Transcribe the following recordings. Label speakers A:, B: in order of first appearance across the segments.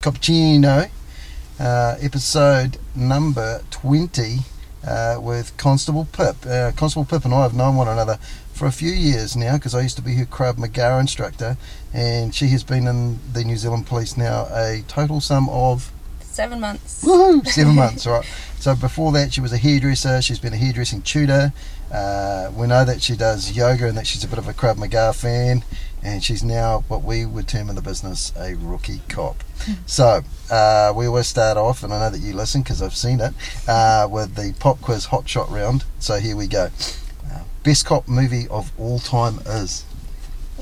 A: Cappuccino, uh, episode number 20 uh, with Constable Pip. Uh, Constable Pip and I have known one another for a few years now because I used to be her Crab Magar instructor, and she has been in the New Zealand Police now a total sum of
B: Seven months.
A: woohoo, seven months, all right? So before that, she was a hairdresser. She's been a hairdressing tutor. Uh, we know that she does yoga and that she's a bit of a Krav Maga fan. And she's now what we would term in the business a rookie cop. so uh, we always start off, and I know that you listen because I've seen it, uh, with the pop quiz hot shot round. So here we go. Uh, best cop movie of all time is.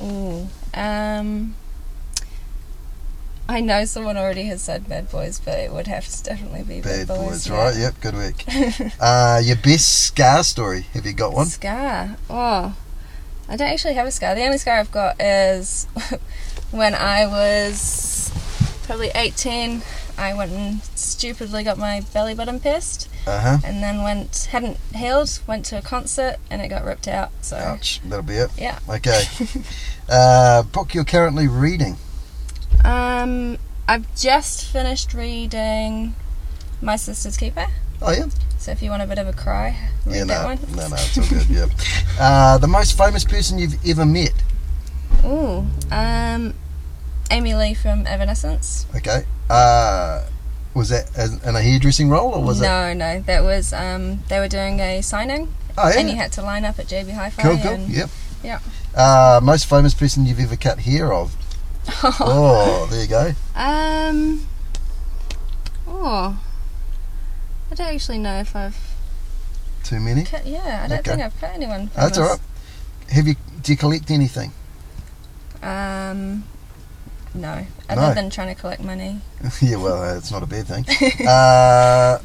B: Ooh. Um. I know someone already has said Bad Boys, but it would have to definitely be
A: Bad
B: Bad,
A: Boys,
B: yeah.
A: right? Yep, good work. uh, your best scar story. Have you got one?
B: Scar. Oh, I don't actually have a scar. The only scar I've got is when I was probably 18. I went and stupidly got my belly button pierced,
A: Uh huh.
B: and then went hadn't healed. Went to a concert and it got ripped out. So
A: Ouch, that'll be it.
B: yeah.
A: Okay. uh, book you're currently reading.
B: Um, I've just finished reading My Sister's Keeper.
A: Oh yeah.
B: So if you want a bit of a cry, read
A: yeah, no,
B: that one.
A: no, no, it's all good. Yeah. Uh, the most famous person you've ever met.
B: Ooh, um, Amy Lee from Evanescence.
A: Okay. Uh, was that as, in a hairdressing role or was it?
B: no, no, that was um, they were doing a signing,
A: Oh yeah.
B: and you had to line up at JB Hi-Fi.
A: cool, cool.
B: and-
A: Yep.
B: yeah.
A: Uh, most famous person you've ever cut hair of. Oh, there you go.
B: Um, oh, I don't actually know if I've.
A: Too many.
B: Cut, yeah, I don't
A: Okay.
B: think I've cut anyone.
A: That's all right.
B: famous.
A: Have you? Do you collect anything?
B: Um, no, other
A: No.
B: than trying to collect money.
A: yeah. Well, uh, it's not a bad thing. Uh,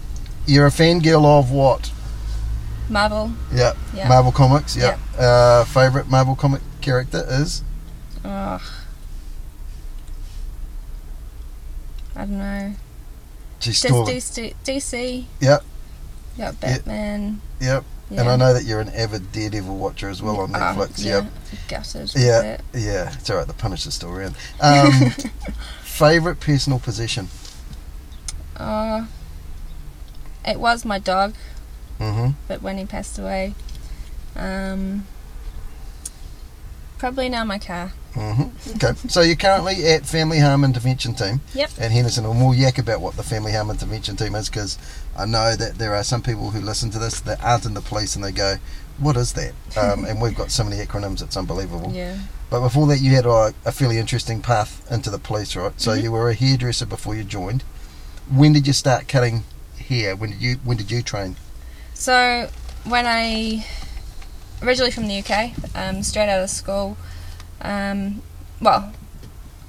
A: you're a fangirl of what?
B: Marvel.
A: Yeah.
B: Yeah.
A: Marvel Comics, yeah. Uh, favorite Marvel comic character is
B: Ugh. I don't know.
A: G.
B: Just
A: Storm.
B: DC. DC.
A: Yep.
B: You got Batman.
A: Yep.
B: Yeah.
A: And I know that you're an avid Daredevil watcher as well on
B: Oh,
A: Netflix.
B: yeah.
A: Yep.
B: Gutted. with
A: Yeah.
B: that.
A: Yeah. It's all right. The Punisher's still around. Um, favorite personal possession.
B: Uh, it was my dog,
A: Mm-hmm.
B: but when he passed away, um, probably now my car.
A: Mm-hmm. Okay. so you're currently at Family Harm Intervention Team.
B: Yep.
A: And Henderson, and we'll yak about what the Family Harm Intervention Team is because I know that there are some people who listen to this that aren't in the police and they go, "What is that?" Um, and we've got so many acronyms, it's unbelievable.
B: Yeah.
A: But before that, you had like, a fairly interesting path into the police, right? So
B: Mm-hmm.
A: you were a hairdresser before you joined. When did you start cutting hair? When did you When did you train?
B: So when I originally from the UK, um, straight out of school, um, well,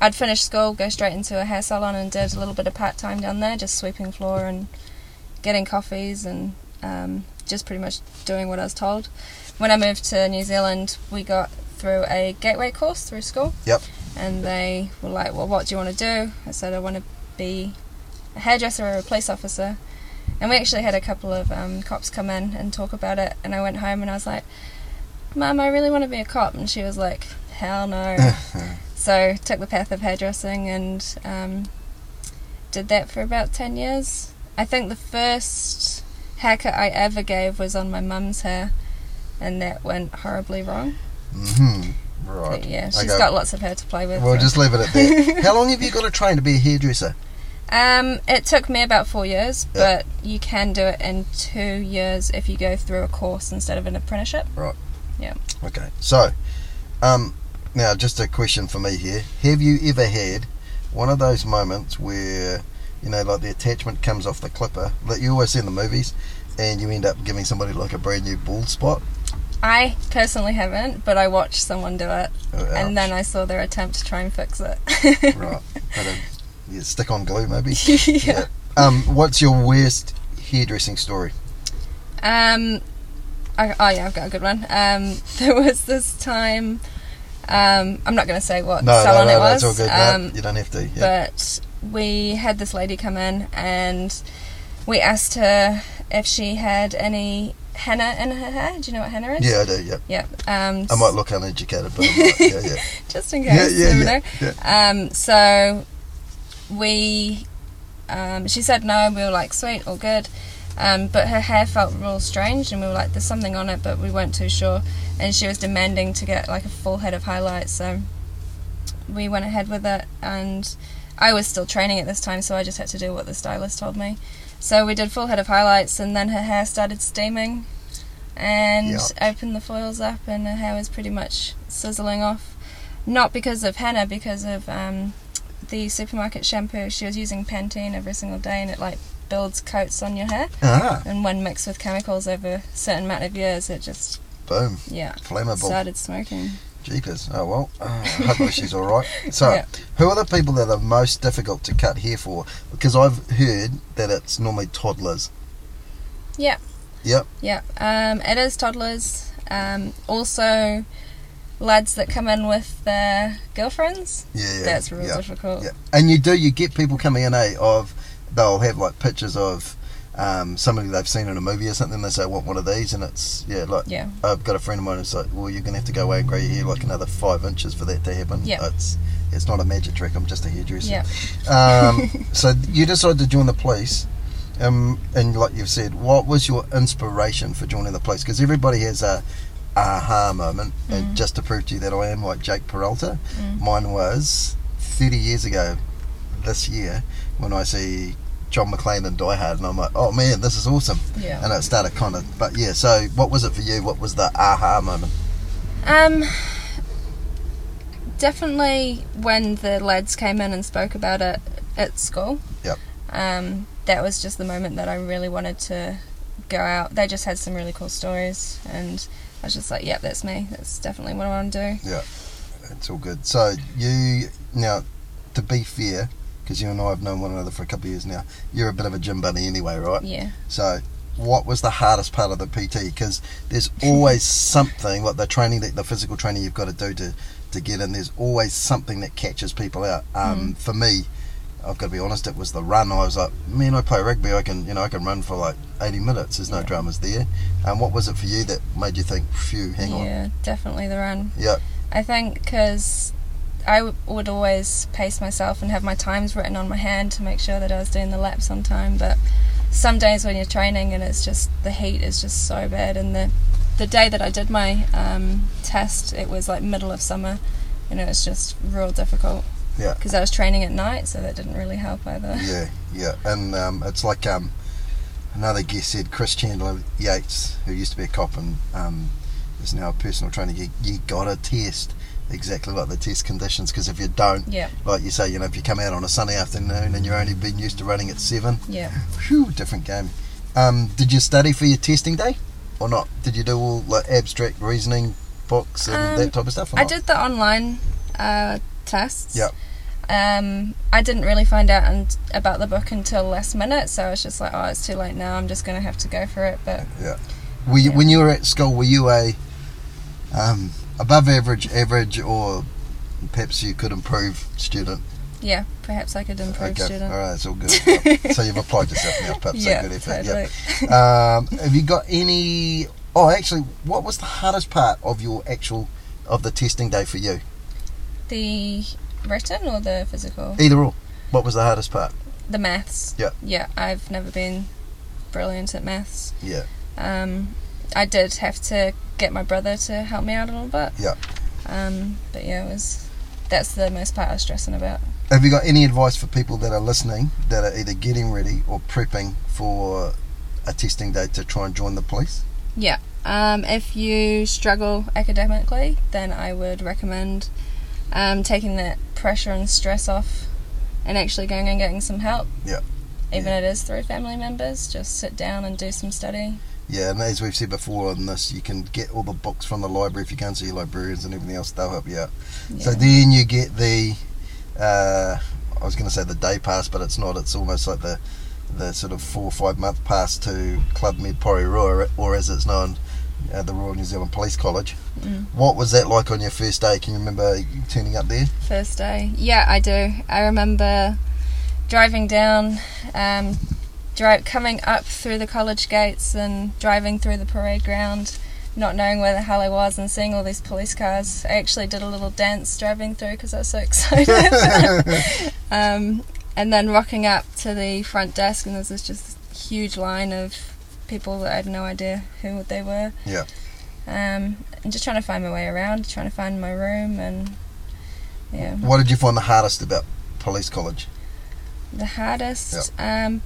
B: I'd finish school, go straight into a hair salon, and did a little bit of part time down there, just sweeping floor and getting coffees and um, just pretty much doing what I was told. When I moved to New Zealand, we got through a gateway course through school.
A: Yep.
B: And they were like, "Well, what do you want to do?" I said, "I want to be a hairdresser or a police officer." And we actually had a couple of um, cops come in and talk about it. And I went home and I was like, "Mum, I really want to be a cop." And she was like, "Hell no." so took the path of hairdressing and um, did that for about ten years. I think the first haircut I ever gave was on my mum's hair, and that went horribly wrong.
A: hmm Right.
B: But yeah,
A: she's
B: she's got lots of hair to play with.
A: We'll
B: so-
A: just leave it at that. How long have you got to train to be a hairdresser?
B: Um, it took me about four years,
A: Yeah.
B: but you can do it in two years if you go through a course instead of an apprenticeship.
A: Okay. So, um, now just a question for me here: Have you ever had one of those moments where you know, like the attachment comes off the clipper that you always see in the movies, and you end up giving somebody like a brand new bald spot?
B: I personally haven't, but I watched someone do it,
A: Oh, ouch.
B: and then I saw their attempt to try and fix it.
A: Right. But, um, yeah, stick on glue, maybe.
B: yeah.
A: Um, what's your worst hairdressing story?
B: Um, I, oh yeah, I've got a good one. Um, there was this time. Um, I'm not going to say what
A: No, no,
B: salon
A: no,
B: it
A: no,
B: was.
A: it's all good.
B: Um,
A: no, you don't have to. Yeah.
B: but we had this lady come in and we asked her if she had any henna in her hair. Do you know what henna is?
A: Yeah, I do. Yeah,
B: Yeah. Um,
A: I might look uneducated, but I might. yeah, yeah,
B: just in
A: yeah,
B: case.
A: yeah,
B: you
A: yeah,
B: know.
A: yeah.
B: Um, so we, um, she said no, and we were like, sweet, all good. Um, but her hair felt real strange, and we were like, there's something on it, but we weren't too sure. And she was demanding to get like a full head of highlights, so we went ahead with it. And I was still training at this time, so I just had to do what the stylist told me. So we did full head of highlights, and then her hair started steaming, and
A: Yeah.
B: opened the foils up, and her hair was pretty much sizzling off not because of henna, because of um, the supermarket shampoo. She was using Pantene every single day, and it like builds coats on your hair.
A: Ah,
B: And when mixed with chemicals over a certain amount of years, it just
A: boom,
B: yeah
A: flammable.
B: started smoking.
A: Jeepers. Oh well. Uh, hopefully she's all right. So,
B: Yeah.
A: who are the people that are most difficult to cut hair for? Because I've heard that it's normally toddlers.
B: Yeah.
A: Yep.
B: Yeah, um, it is toddlers. Um, also, lads that come in with their girlfriends.
A: Yeah. yeah,
B: That's real
A: yeah,
B: difficult.
A: Yeah. And you do. You get people coming in. Eh, of they'll have like pictures of. Um, somebody they've seen in a movie or something, they say, I want one of these, and it's, yeah, like,
B: Yeah.
A: I've got a friend of mine who's like, well, you're going to have to go away and grow your hair like another five inches for that to happen. Uh,
B: Yeah.
A: It's, it's not a magic trick, I'm just a hairdresser.
B: Yeah.
A: Um, so you decided to join the police, um, and like you've said, what was your inspiration for joining the police? Because everybody has a aha moment,
B: Mm-hmm.
A: and just to prove to you that I am like Jake Peralta, mine was 30 years ago this year when I see John McClane and Die Hard, and I'm like, oh man, this is awesome.
B: Yeah.
A: And it started kind of, but yeah. So what was it for you? What was the aha moment?
B: Um, definitely when the lads came in and spoke about it at school.
A: Yep.
B: Um, that was just the moment that I really wanted to go out. They just had some really cool stories, and I was just like, "Yep, that's me. That's definitely what I want to do."
A: It's all good. So you now, to be fair, because you and I have known one another for a couple of years now, you're a bit of a gym buddy anyway, right?
B: Yeah.
A: So what was the hardest part of the PT? Because there's always something like the training, that the physical training you've got to do to to get in. There's always something that catches people out. Um, For me. I've got to be honest. It was the run. I was like, man, I play rugby. I can, you know, I can run for like 80 minutes. There's no
B: Yeah.
A: dramas there. And what was it for you that made you think, phew, hang on?
B: yeah, definitely the run.
A: Yeah.
B: I think because I w- would always pace myself and have my times written on my hand to make sure that I was doing the laps on time. But some days when you're training and it's just the heat is just so bad. And the the day that I did my um, test, it was like middle of summer, and it was just real difficult.
A: Yeah.
B: Because I was training at night, so that didn't really help either.
A: Yeah, yeah, and um, it's like um, another guest said, Chris Chandler Yates, who used to be a cop and um, is now a personal trainer. You, you gotta test exactly like the test conditions because if you don't,
B: Yeah,
A: like you say, you know, if you come out on a sunny afternoon and you're only been used to running at seven,
B: yeah.
A: whew, different game. Um, did you study for your testing day or not? Did you do all like abstract reasoning books and
B: Um,
A: that type of stuff? Or
B: I
A: not?
B: did the online uh, tests.
A: Yep.
B: Um, I didn't really find out and about the book until last minute, so I was just like, oh, it's too late now. I'm just gonna have to go for it. But
A: Were you,
B: Yeah.
A: When you were at school, were you a um, above average, average, or perhaps you could improve student?
B: yeah, perhaps I could improve student.
A: all right, it's all good. so you've applied yourself now, perhaps.
B: yeah,
A: so Oh, good effort.
B: totally.
A: Yep. Um, have you got any? Oh, actually, what was the hardest part of your actual of the testing day for you?
B: The written or the physical?
A: Either or. What was the hardest part?
B: The maths.
A: Yeah.
B: Yeah, I've never been brilliant at maths.
A: Yeah.
B: Um, I did have to get my brother to help me out a little bit.
A: Yeah.
B: Um, but yeah, it was. That's the most part I was stressing about.
A: Have you got any advice for people that are listening that are either getting ready or prepping for a testing day to try and join the police?
B: Um, if you struggle academically, then I would recommend um, taking that pressure and stress off and actually going and getting some help.
A: Yeah.
B: Even
A: Yeah.
B: it is through family members, just sit down and do some study.
A: Yeah, and as we've said before on this, you can get all the books from the library if you can't see your librarians and everything else. They'll help you out. So
B: Yeah.
A: then you get the, uh, I was going to say the day pass, but it's not. It's almost like the, the sort of four or five month pass to Club Med Porirua, or as it's known, uh, the Royal New Zealand Police College.
B: Mm.
A: What was that like on your first day? Can you remember turning up there?
B: First day. Yeah, I do. I remember driving down um, drive coming up through the college gates and driving through the parade ground, not knowing where the hell I was and seeing all these police cars. I actually did a little dance driving through because I was so excited. um, and then rocking up to the front desk, and there's this just huge line of people that I had no idea who they were.
A: Yeah.
B: Um, and just trying to find my way around, trying to find my room, and yeah.
A: What did you find the hardest about police college?
B: The hardest. Um,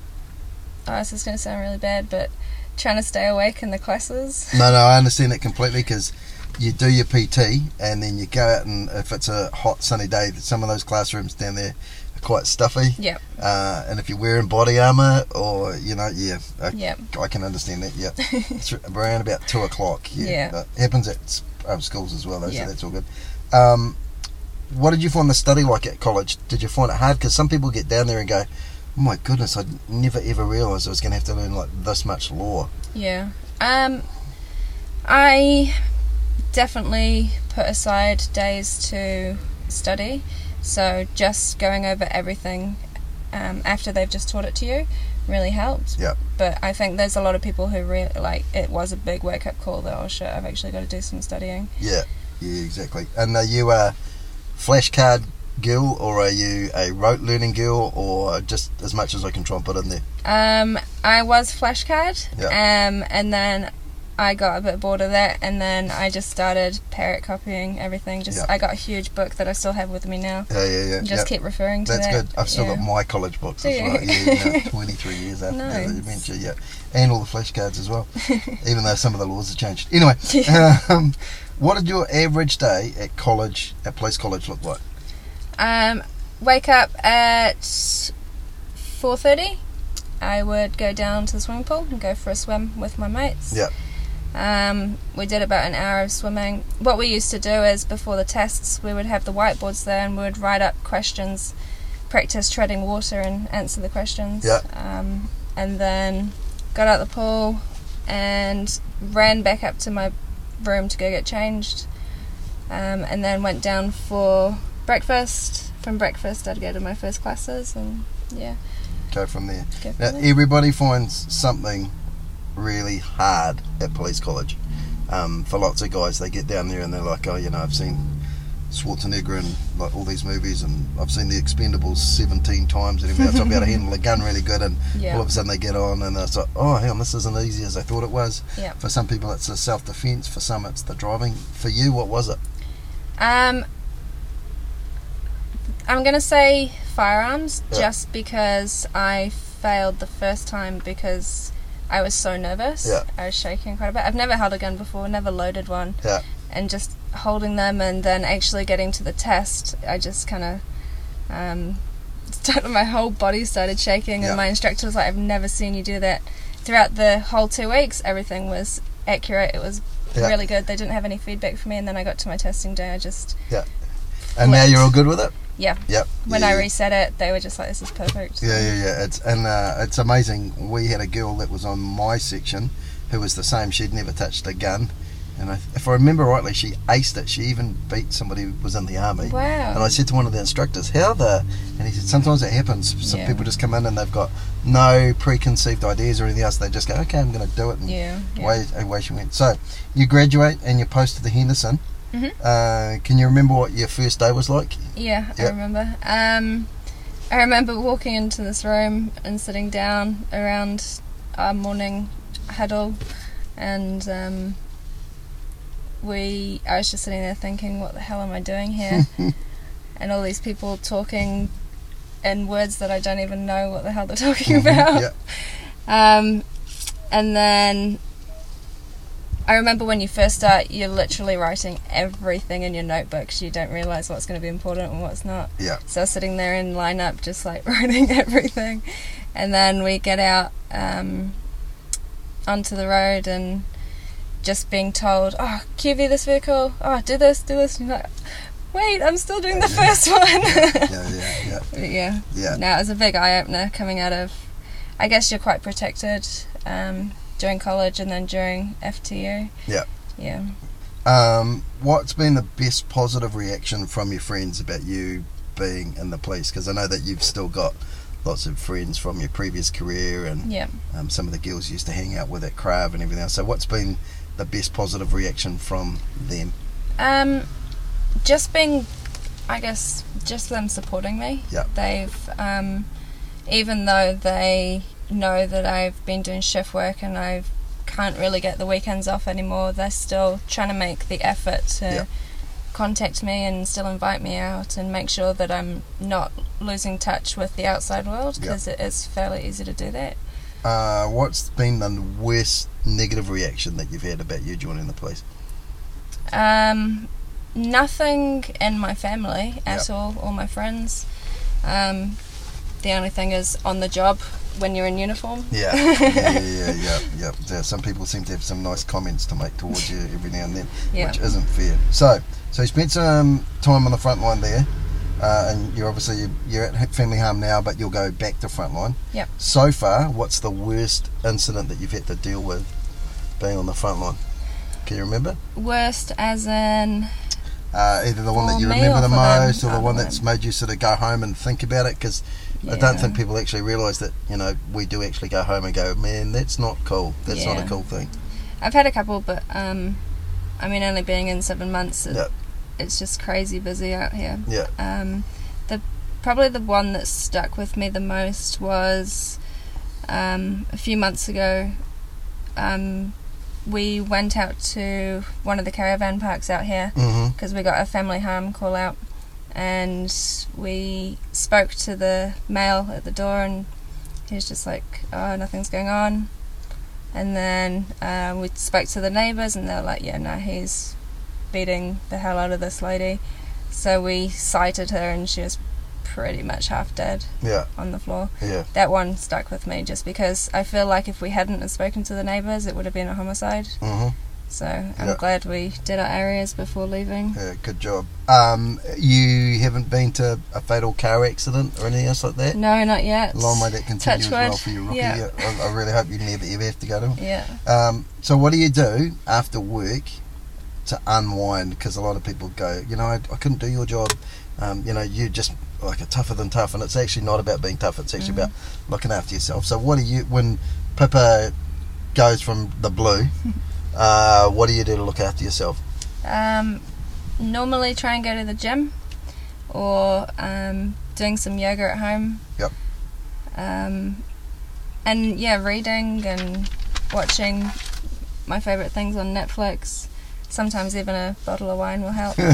B: oh, this is going to sound really bad, but trying to stay awake in the classes.
A: No, no, I understand it completely because you do your PT and then you go out and if it's a hot sunny day, some of those classrooms down there are quite stuffy.
B: Yep.
A: Uh, and if you're wearing body armour or you know, yeah, I,
B: Yep.
A: I can understand that. Yeah, it's around about two o'clock. Yeah,
B: Yeah.
A: but it happens at s- um, schools as well, though,
B: Yeah.
A: so that's all good. Um, what did you find the study like at college? Did you find it hard? Because some people get down there and go, "Oh my goodness, I never ever realised I was going to have to learn like this much law."
B: Yeah. Um, I definitely put aside days to study. So just going over everything um, after they've just taught it to you really helped.
A: Yep.
B: But I think there's a lot of people who re- like it was a big wake up call that oh shit I've actually got to do some studying.
A: Yeah, yeah, exactly. And are you a flashcard girl, or are you a rote learning girl, or just as much as I can try and put in there?
B: Um, I was flashcard.
A: Yeah.
B: Um, and then I got a bit bored of that, and then I just started parrot copying everything. Just
A: Yeah.
B: I got a huge book that I still have with me now.
A: Yeah, yeah, yeah.
B: and Just keep referring to
A: That's
B: that.
A: good. I've still
B: yeah.
A: got my college books
B: Do
A: as well.
B: you?
A: Yeah, no, 23 years after
B: Nice.
A: the adventure, yeah. And all the flashcards as well, even though some of the laws have changed. Anyway, um, what did your average day at college, at police college, look like?
B: Um, wake up at four thirty. I would go down to the swimming pool and go for a swim with my mates.
A: Yeah.
B: Um, we did about an hour of swimming. What we used to do is before the tests, we would have the whiteboards there and we would write up questions, practice treading water and answer the questions.
A: Yeah.
B: Um, and then got out the pool and ran back up to my room to go get changed. Um, and then went down for breakfast. From breakfast, I'd go to my first classes and yeah,
A: Go from there.
B: go from
A: Now,
B: there.
A: everybody finds something really hard at police college. Um, for lots of guys, they get down there and they're like, oh, you know, I've seen Schwarzenegger and like all these movies, and I've seen The Expendables 17 times, and everything else. I'll be able to handle a gun really good, and all
B: Yeah.
A: of a sudden they get on and it's like, oh, hang on, this isn't easy as I thought it was.
B: Yeah.
A: For some people, it's the self defense. For some, it's the driving. For you, what was it?
B: Um, I'm gonna say firearms
A: Yeah.
B: just because I failed the first time because I was so nervous.
A: Yeah.
B: I was shaking quite a bit. I've never held a gun before, never loaded one.
A: Yeah.
B: And just holding them and then actually getting to the test, I just kind of. Um, started, my whole body started shaking,
A: Yeah.
B: and my instructor was like, "I've never seen you do that." Throughout the whole two weeks, everything was accurate. It was
A: Yeah.
B: really good. They didn't have any feedback for me, and then I got to my testing day. I just
A: And now
B: flipped.
A: you're all good with it?
B: Yeah.
A: Yep.
B: when
A: Yeah,
B: I
A: yeah.
B: reset it, they were just like, "This is perfect."
A: Yeah, yeah, yeah. It's and uh, it's amazing. We had a girl that was on my section, who was the same. She'd never touched a gun, and I, if I remember rightly, she aced it. She even beat somebody who was in the army. And
B: Wow.
A: I said to one of the instructors, "How the?" And he said, "Sometimes it happens. Some
B: Yeah.
A: people just come in and they've got no preconceived ideas or anything else. They just go, okay, I'm going to do it.' And
B: Yeah. yeah.
A: Away, away she went. So, you graduate and you're posted to Henderson.
B: Mhm.
A: Uh, can you remember what your first day was like?
B: Yeah,
A: Yeah.
B: I remember. Um, I remember walking into this room and sitting down around our morning huddle, and um, we. I was just sitting there thinking, "What the hell am I doing here?" and all these people talking in words that I don't even know what the hell they're talking
A: Mm-hmm.
B: about.
A: Yep.
B: Um, and then I remember when you first start, you're literally writing everything in your notebooks. You don't realize what's going to be important and what's not.
A: Yeah.
B: So I was sitting there in lineup, just like writing everything, and then we get out um, onto the road and just being told, "Oh, QV this vehicle. Oh, do this, do this." And you're like, "Wait, I'm still doing the first one."
A: Yeah, yeah, yeah,
B: But yeah.
A: yeah.
B: No, it was a big eye opener coming out of. I guess you're quite protected um, during college and then during FTU.
A: Yeah.
B: Yeah.
A: Um, what's been the best positive reaction from your friends about you being in the police? Because I know that you've still got lots of friends from your previous career and
B: Yeah.
A: um, some of the girls you used to hang out with at Crave and everything else. So, what's been the best positive reaction from them?
B: Um, just being, I guess, just them supporting me.
A: Yeah.
B: They've, um, even though they know that I've been doing shift work and I can't really get the weekends off anymore, they're still trying to make the effort to
A: Yeah.
B: contact me and still invite me out and make sure that I'm not losing touch with the outside world
A: Yeah.
B: because it is fairly easy to do that.
A: Uh, what's been the worst negative reaction that you've had about you joining the police?
B: Um, nothing in my family at all, all my friends. Um, the only thing is on the job when you're in uniform.
A: Yeah, yeah, yeah, yeah, yeah, yeah. There- Some people seem to have some nice comments to make towards you every now and then,
B: Yeah.
A: which isn't fair. So, so you spent some time on the front line there, uh, and you're obviously you're, you're at family harm now, but you'll go back to front line.
B: Yep.
A: So far, what's the worst incident that you've had to deal with being on the front line? Can you remember?
B: Worst as in,
A: Uh, either the one that
B: For
A: you
B: Oh, me
A: remember
B: or
A: the
B: for them?
A: most, or the
B: Oh,
A: one
B: no.
A: that's made you sort of go home and think about it, because I
B: yeah.
A: don't think people actually realise that you know we do actually go home and go, man, that's not cool. That's not a
B: Yeah.
A: cool thing.
B: I've had a couple, but um, I mean, only being in seven months, it,
A: Yep.
B: it's just crazy busy out here.
A: Yeah.
B: Um, the probably the one that stuck with me the most was um, a few months ago. Um, we went out to one of the caravan parks out here
A: Mm-hmm.
B: because we got a family harm call out, and we spoke to the male at the door, and he was just like, "Oh, nothing's going on." And then uh, we spoke to the neighbours, and they were like, "Yeah, no, he's beating the hell out of this lady." So we sighted her, and she was pretty much half dead
A: Yeah,
B: on the floor.
A: yeah,
B: That one stuck with me just because I feel like if we hadn't have spoken to the neighbours, it would have been a homicide.
A: hmm
B: So I'm
A: Yeah.
B: glad we did our areas before leaving.
A: yeah. Good job. Um, you haven't been to a fatal car accident or anything else like that.
B: No, not yet.
A: Long may that continue
B: Touch
A: as well
B: wood.
A: for you, Rocky.
B: Yeah.
A: Yeah, I, I really hope you never ever have to go to them.
B: Yeah.
A: Um, so, what do you do after work to unwind? Because a lot of people go, you know, I, I couldn't do your job. Um, you know, you just like a tougher than tough, and it's actually not about being tough. It's actually
B: Mm.
A: about looking after yourself. So, what do you when Pippa goes from the blue? uh, what do you do to look after yourself?
B: Um, normally try and go to the gym or um, doing some yoga at home.
A: Yep.
B: Um, and yeah, reading and watching my favourite things on Netflix. Sometimes even a bottle of wine will help.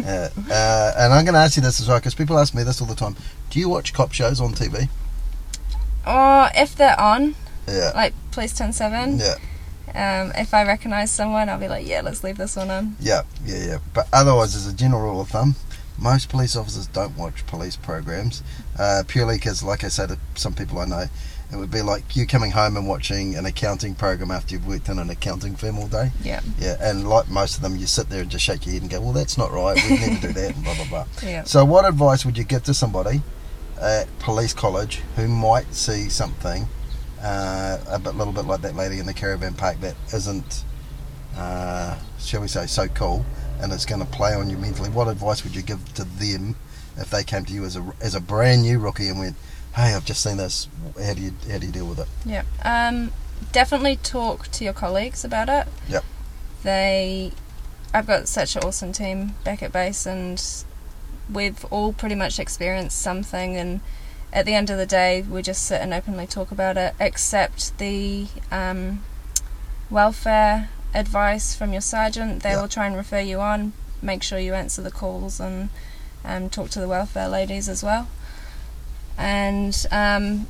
A: Yeah. Uh, and I'm going to ask you this as well because people ask me this all the time. Do you watch cop shows on TV?
B: or if they're on,
A: Yeah.
B: like Police 107,
A: Yeah,
B: um, if I recognise someone, I'll be like, yeah, let's leave this one on.
A: yeah, yeah, yeah. But otherwise, as a general rule of thumb, most police officers don't watch police programs uh, purely because, like I say to some people I know, it would be like you coming home and watching an accounting program after you've worked in an accounting firm all day.
B: Yeah.
A: Yeah, and like most of them, you sit there and just shake your head and go, well, that's not right. We'd never do that, and blah, blah, blah.
B: Yeah.
A: So, what advice would you give to somebody at police college who might see something uh, a bit, little bit like that lady in the caravan park that isn't, uh, shall we say, so cool and it's going to play on you mentally? What advice would you give to them if they came to you as a, as a brand new rookie and went, hey, I've just seen this, how do you, how do you deal with it?
B: Yeah. Um, definitely talk to your colleagues about it.
A: Yep.
B: They, I've got such an awesome team back at base, and we've all pretty much experienced something. And at the end of the day, we just sit and openly talk about it. Accept the um, welfare advice from your sergeant. They
A: Yeah.
B: will try and refer you on. Make sure you answer the calls and um, talk to the welfare ladies as well. And um,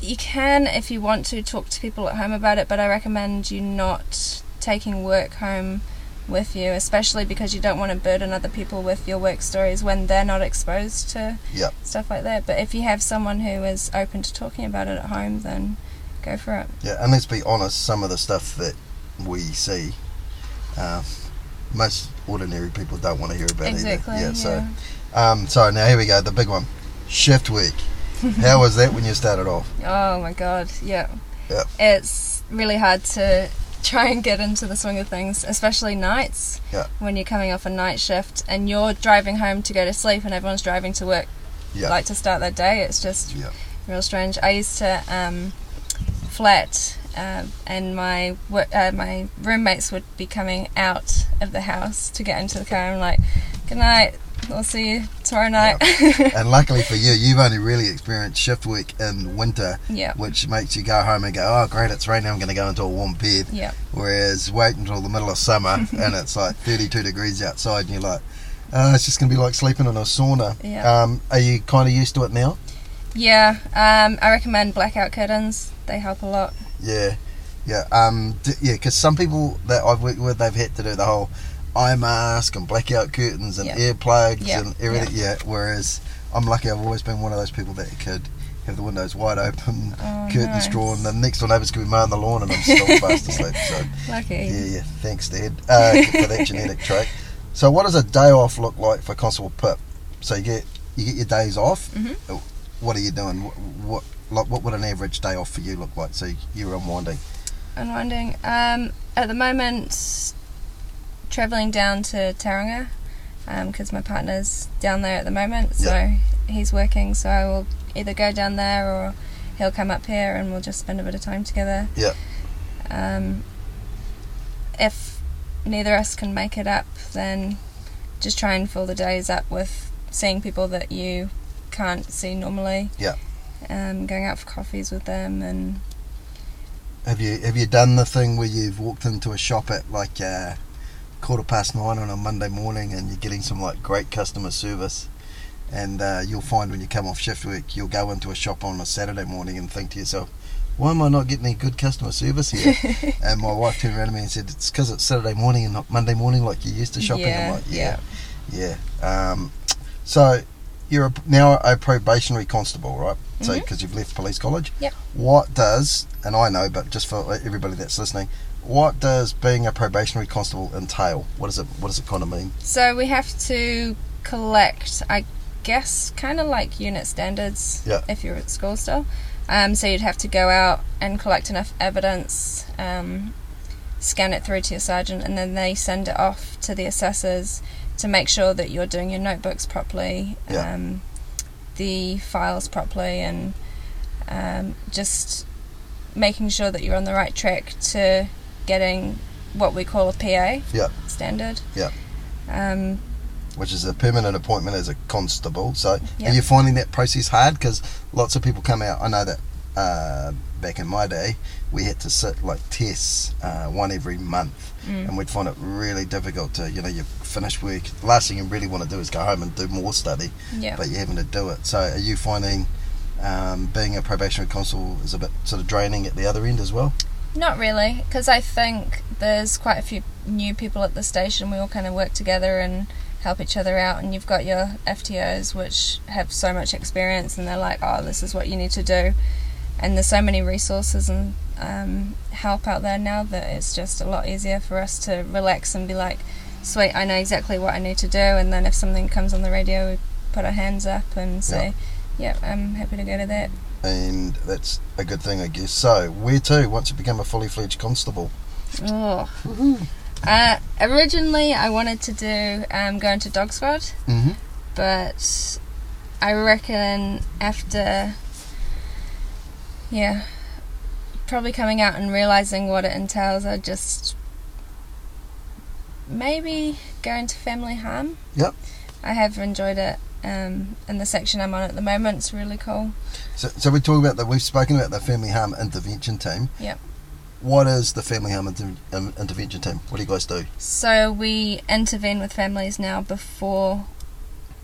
B: you can, if you want to, talk to people at home about it, but I recommend you not taking work home with you, especially because you don't want to burden other people with your work stories when they're not exposed to
A: Yep.
B: stuff like that. But if you have someone who is open to talking about it at home, then go for it.
A: Yeah, and let's be honest, some of the stuff that we see, uh, most ordinary people don't want to hear about
B: exactly.
A: either.
B: Yeah,
A: Yeah, so um, so now here we go, the big one. Shift week. How was that when you started off?
B: Oh my god, yeah.
A: Yep.
B: It's really hard to try and get into the swing of things, especially nights
A: Yeah.
B: when you're coming off a night shift and you're driving home to go to sleep and everyone's driving to work
A: Yeah.
B: like to start that day. It's just
A: Yeah.
B: real strange. I used to um, flat, uh, and my wo- uh, my roommates would be coming out of the house to get into the car. I'm like, good night. I'll see you tomorrow night. Yeah.
A: And luckily for you, you've only really experienced shift work in winter,
B: yeah.
A: which makes you go home and go, oh, great, it's raining, I'm going to go into a warm bed. Whereas wait until the middle of summer and it's like 32 degrees outside and you're like, oh, it's just going to be like sleeping in a sauna.
B: Yeah.
A: Um, are you kind of used to it now?
B: Yeah, um, I recommend blackout curtains. They help a lot.
A: Yeah. Yeah. Um, d- yeah, because some people that I've worked with, they've had to do the whole eye mask and blackout curtains and
B: Yeah.
A: earplugs
B: Yeah,
A: and everything. Yeah. Whereas I'm lucky I've always been one of those people that could have the windows wide open,
B: Oh,
A: curtains
B: nice.
A: drawn. The next door neighbours could be mowing the lawn and I'm still fast asleep. So,
B: Lucky.
A: yeah, yeah. Thanks, Dad, uh, for that genetic trait. So, what does a day off look like for Constable Pip? So, you get you get your days off. Uh,
B: Mhm.
A: What are you doing? What, what like what would an average day off for you look like? So you're unwinding.
B: unwinding. Um, at the moment, travelling down to Tauranga because my partner's down there at the moment, so he's working. So I will either go down there or he'll come up here and we'll just spend a bit of time together.
A: Yeah.
B: Um, if neither of us can make it up, then just try and fill the days up with seeing people that you can't see normally.
A: Yeah.
B: Um, going out for coffees with them and
A: Have you have you done the thing where you've walked into a shop at like uh, quarter past nine on a Monday morning and you're getting some like great customer service, and uh, you'll find when you come off shift work you'll go into a shop on a Saturday morning and think to yourself, why am I not getting any good customer service here? and my wife turned around to me and said, it's because it's Saturday morning and not Monday morning like you're used to shopping. I'm like, yeah, yeah. Um, so you're a, now a probationary constable, right? So
B: Mhm.
A: because you've left police college.
B: Yep.
A: What does and I know, but just for everybody that's listening, what does being a probationary constable entail? What does it What does it kind of mean?
B: So we have to collect, I guess, kind of like unit standards
A: Yeah.
B: if you're at school still. Um, so you'd have to go out and collect enough evidence, um, scan it through to your sergeant, and then they send it off to the assessors to make sure that you're doing your notebooks properly,
A: Yeah.
B: um, the files properly, and um, just making sure that you're on the right track to getting what we call a PA
A: Yeah.
B: standard.
A: Yeah.
B: Um,
A: Which is a permanent appointment as a constable. So
B: Yeah.
A: are you finding that process hard? Because lots of people come out. I know that uh, back in my day, we had to sit like tests uh, one every month.
B: Mm.
A: and we'd find it really difficult to, you know, you finish work. The last thing you really want to do is go home and do more study,
B: Yeah.
A: but you're having to do it. So, are you finding um, being a probationary constable is a bit sort of draining at the other end as well?
B: Not really, because I think there's quite a few new people at the station. We all kind of work together and help each other out. And you've got your FTOs, which have so much experience, and they're like, oh, this is what you need to do. And there's so many resources and um, help out there now that it's just a lot easier for us to relax and be like, sweet, I know exactly what I need to do. And then if something comes on the radio, we put our hands up and say, yeah, I'm happy to go to that.
A: And that's a good thing, I guess. So, where to once you become a fully fledged constable?
B: Oh. Uh, originally, I wanted to do um, go into dog squad,
A: Mm-hmm.
B: but I reckon after, yeah, probably coming out and realizing what it entails, I just maybe go into family harm.
A: Yep.
B: I have enjoyed it, um, and the section I'm on at the moment is really cool.
A: So, so we talk about that. We've spoken about the family harm intervention team.
B: Yep.
A: What is the family harm inter- um, intervention team? What do you guys do?
B: So we intervene with families now before,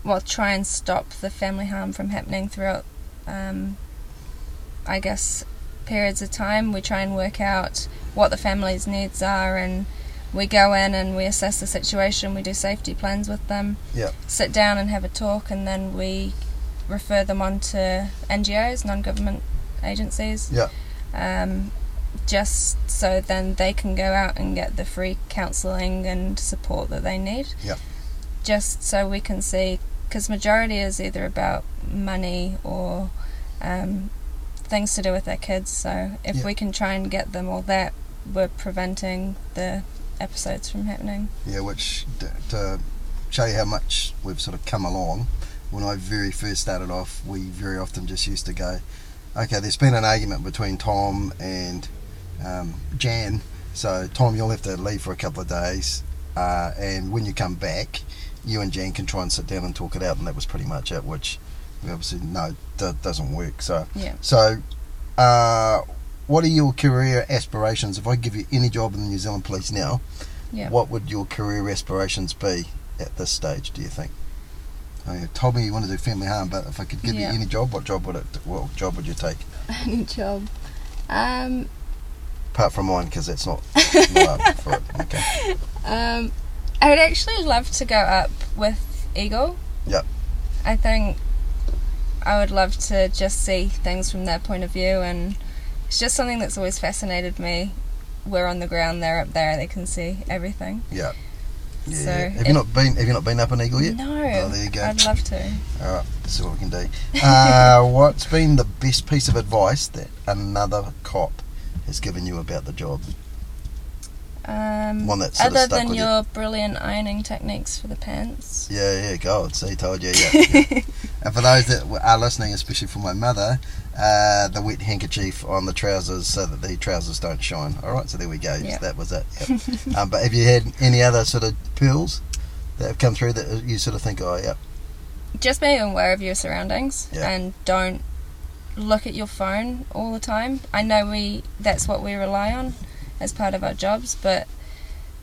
B: well, try and stop the family harm from happening throughout, um, I guess, periods of time. We try and work out what the family's needs are and we go in and we assess the situation, we do safety plans with them,
A: Yep.
B: sit down and have a talk, and then we refer them on to NGOs, non government agencies.
A: Yep.
B: Um, just so then they can go out and get the free counselling and support that they need.
A: Yep.
B: Just so we can see, because majority is either about money or um, things to do with their kids. So if
A: Yep.
B: we can try and get them all that, we're preventing the episodes from happening.
A: Yeah, which d- to show you how much we've sort of come along, when I very first started off, we very often just used to go, okay, there's been an argument between Tom and um, Jan, so Tom, you'll have to leave for a couple of days, uh, and when you come back, you and Jan can try and sit down and talk it out, and that was pretty much it, which we obviously no, that doesn't work. So,
B: Yeah.
A: so uh, what are your career aspirations? If I give you any job in the New Zealand police now,
B: Yeah.
A: what would your career aspirations be at this stage? Do you think? I mean, you told me you want to do family harm, but if I could give
B: Yeah.
A: you any job, what job would it? What job would you take?
B: Any job. Um,
A: Apart from mine, because that's not. you're up for it. Okay.
B: um, I would actually love to go up with Eagle.
A: Yep.
B: I think I would love to just see things from their point of view, and it's just something that's always fascinated me. We're on the ground; they're up there; they can see everything.
A: Yeah. Yeah.
B: So
A: have
B: it-
A: you not been? Have you not been up an eagle yet?
B: No,
A: Oh, there you go.
B: I'd love to.
A: All right, see what we can do. Uh, what's been the best piece of advice that another cop has given you about the job?
B: Um,
A: One that sort of
B: other
A: stuck
B: than
A: with you.
B: your brilliant ironing techniques for the pants.
A: Yeah, yeah, God, see, told you, yeah. yeah. and for those that are listening, especially for my mother, uh, the wet handkerchief on the trousers so that the trousers don't shine. All right, so there we go.
B: Yeah.
A: That was it. Yep. um, but have you had any other sort of pearls that have come through that you sort of think, oh, yeah,
B: just being aware of your surroundings
A: Yeah.
B: and don't look at your phone all the time. I know we that's what we rely on as part of our jobs, but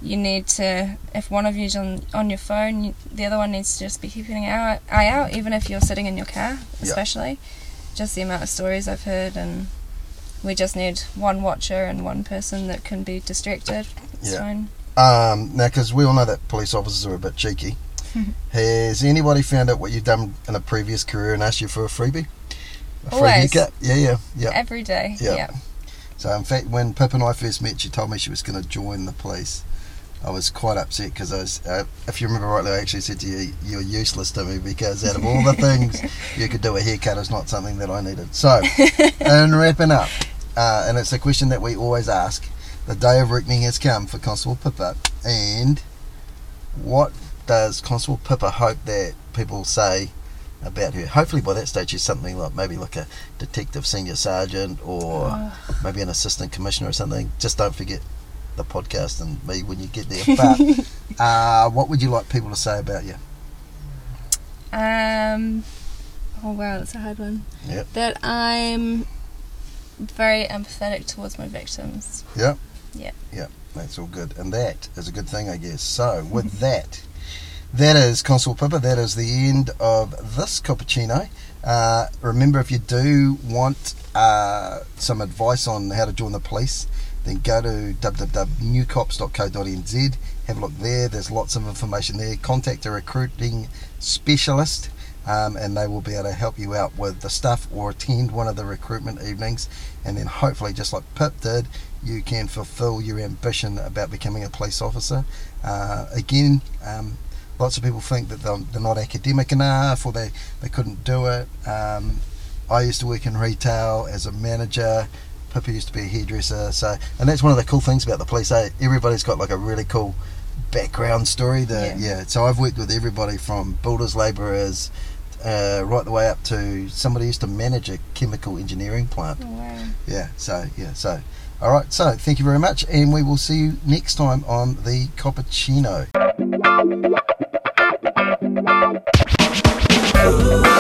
B: you need to if one of you's on on your phone, you, the other one needs to just be keeping an eye, eye out, even if you're sitting in your car, especially. Just the amount of stories I've heard, and we just need one watcher and one person that can be distracted. It's
A: Yeah.
B: fine.
A: Um, now, because we all know that police officers are a bit cheeky. Has anybody found out what you've done in a previous career and asked you for a freebie? A free
B: Always.
A: haircut? Yeah, yeah, yeah.
B: Every day.
A: Yeah.
B: yeah.
A: So, in fact, when Pip and I first met, she told me she was going to join the police. I was quite upset because I was, uh, if you remember rightly, I actually said to you, "You're useless to me because out of all the things you could do, a haircut is not something that I needed." So, in wrapping up, uh, and it's a question that we always ask: the day of reckoning has come for Constable Pippa, and what does Constable Pippa hope that people say about her? Hopefully, by that stage, she's something like maybe like a detective, senior sergeant, or
B: Oh.
A: maybe an assistant commissioner or something. Just don't forget the podcast and me when you get there. But uh, what would you like people to say about you?
B: Um, oh wow, that's a hard one.
A: Yep.
B: That I'm very empathetic towards my victims.
A: Yep.
B: Yep.
A: Yep. That's all good, and that is a good thing, I guess. So with that. That is Consul Pippa. That is the end of this cappuccino. Uh, remember, if you do want uh, some advice on how to join the police, then go to www.newcops.co.nz. Have a look there. There's lots of information there. Contact a recruiting specialist, um, and they will be able to help you out with the stuff or attend one of the recruitment evenings. And then, hopefully, just like Pip did, you can fulfill your ambition about becoming a police officer. Uh, again, um, lots of people think that they're, they're not academic enough or they, they couldn't do it. Um, I used to work in retail as a manager. Pippa used to be a hairdresser. So, and that's one of the cool things about the police. Eh? Everybody's got like a really cool background story. That yeah. So I've worked with everybody from builders, labourers, uh, right the way up to somebody used to manage a chemical engineering plant.
B: Oh, wow.
A: Yeah. So yeah. So all right. So thank you very much, and we will see you next time on the cappuccino.
C: Ooh,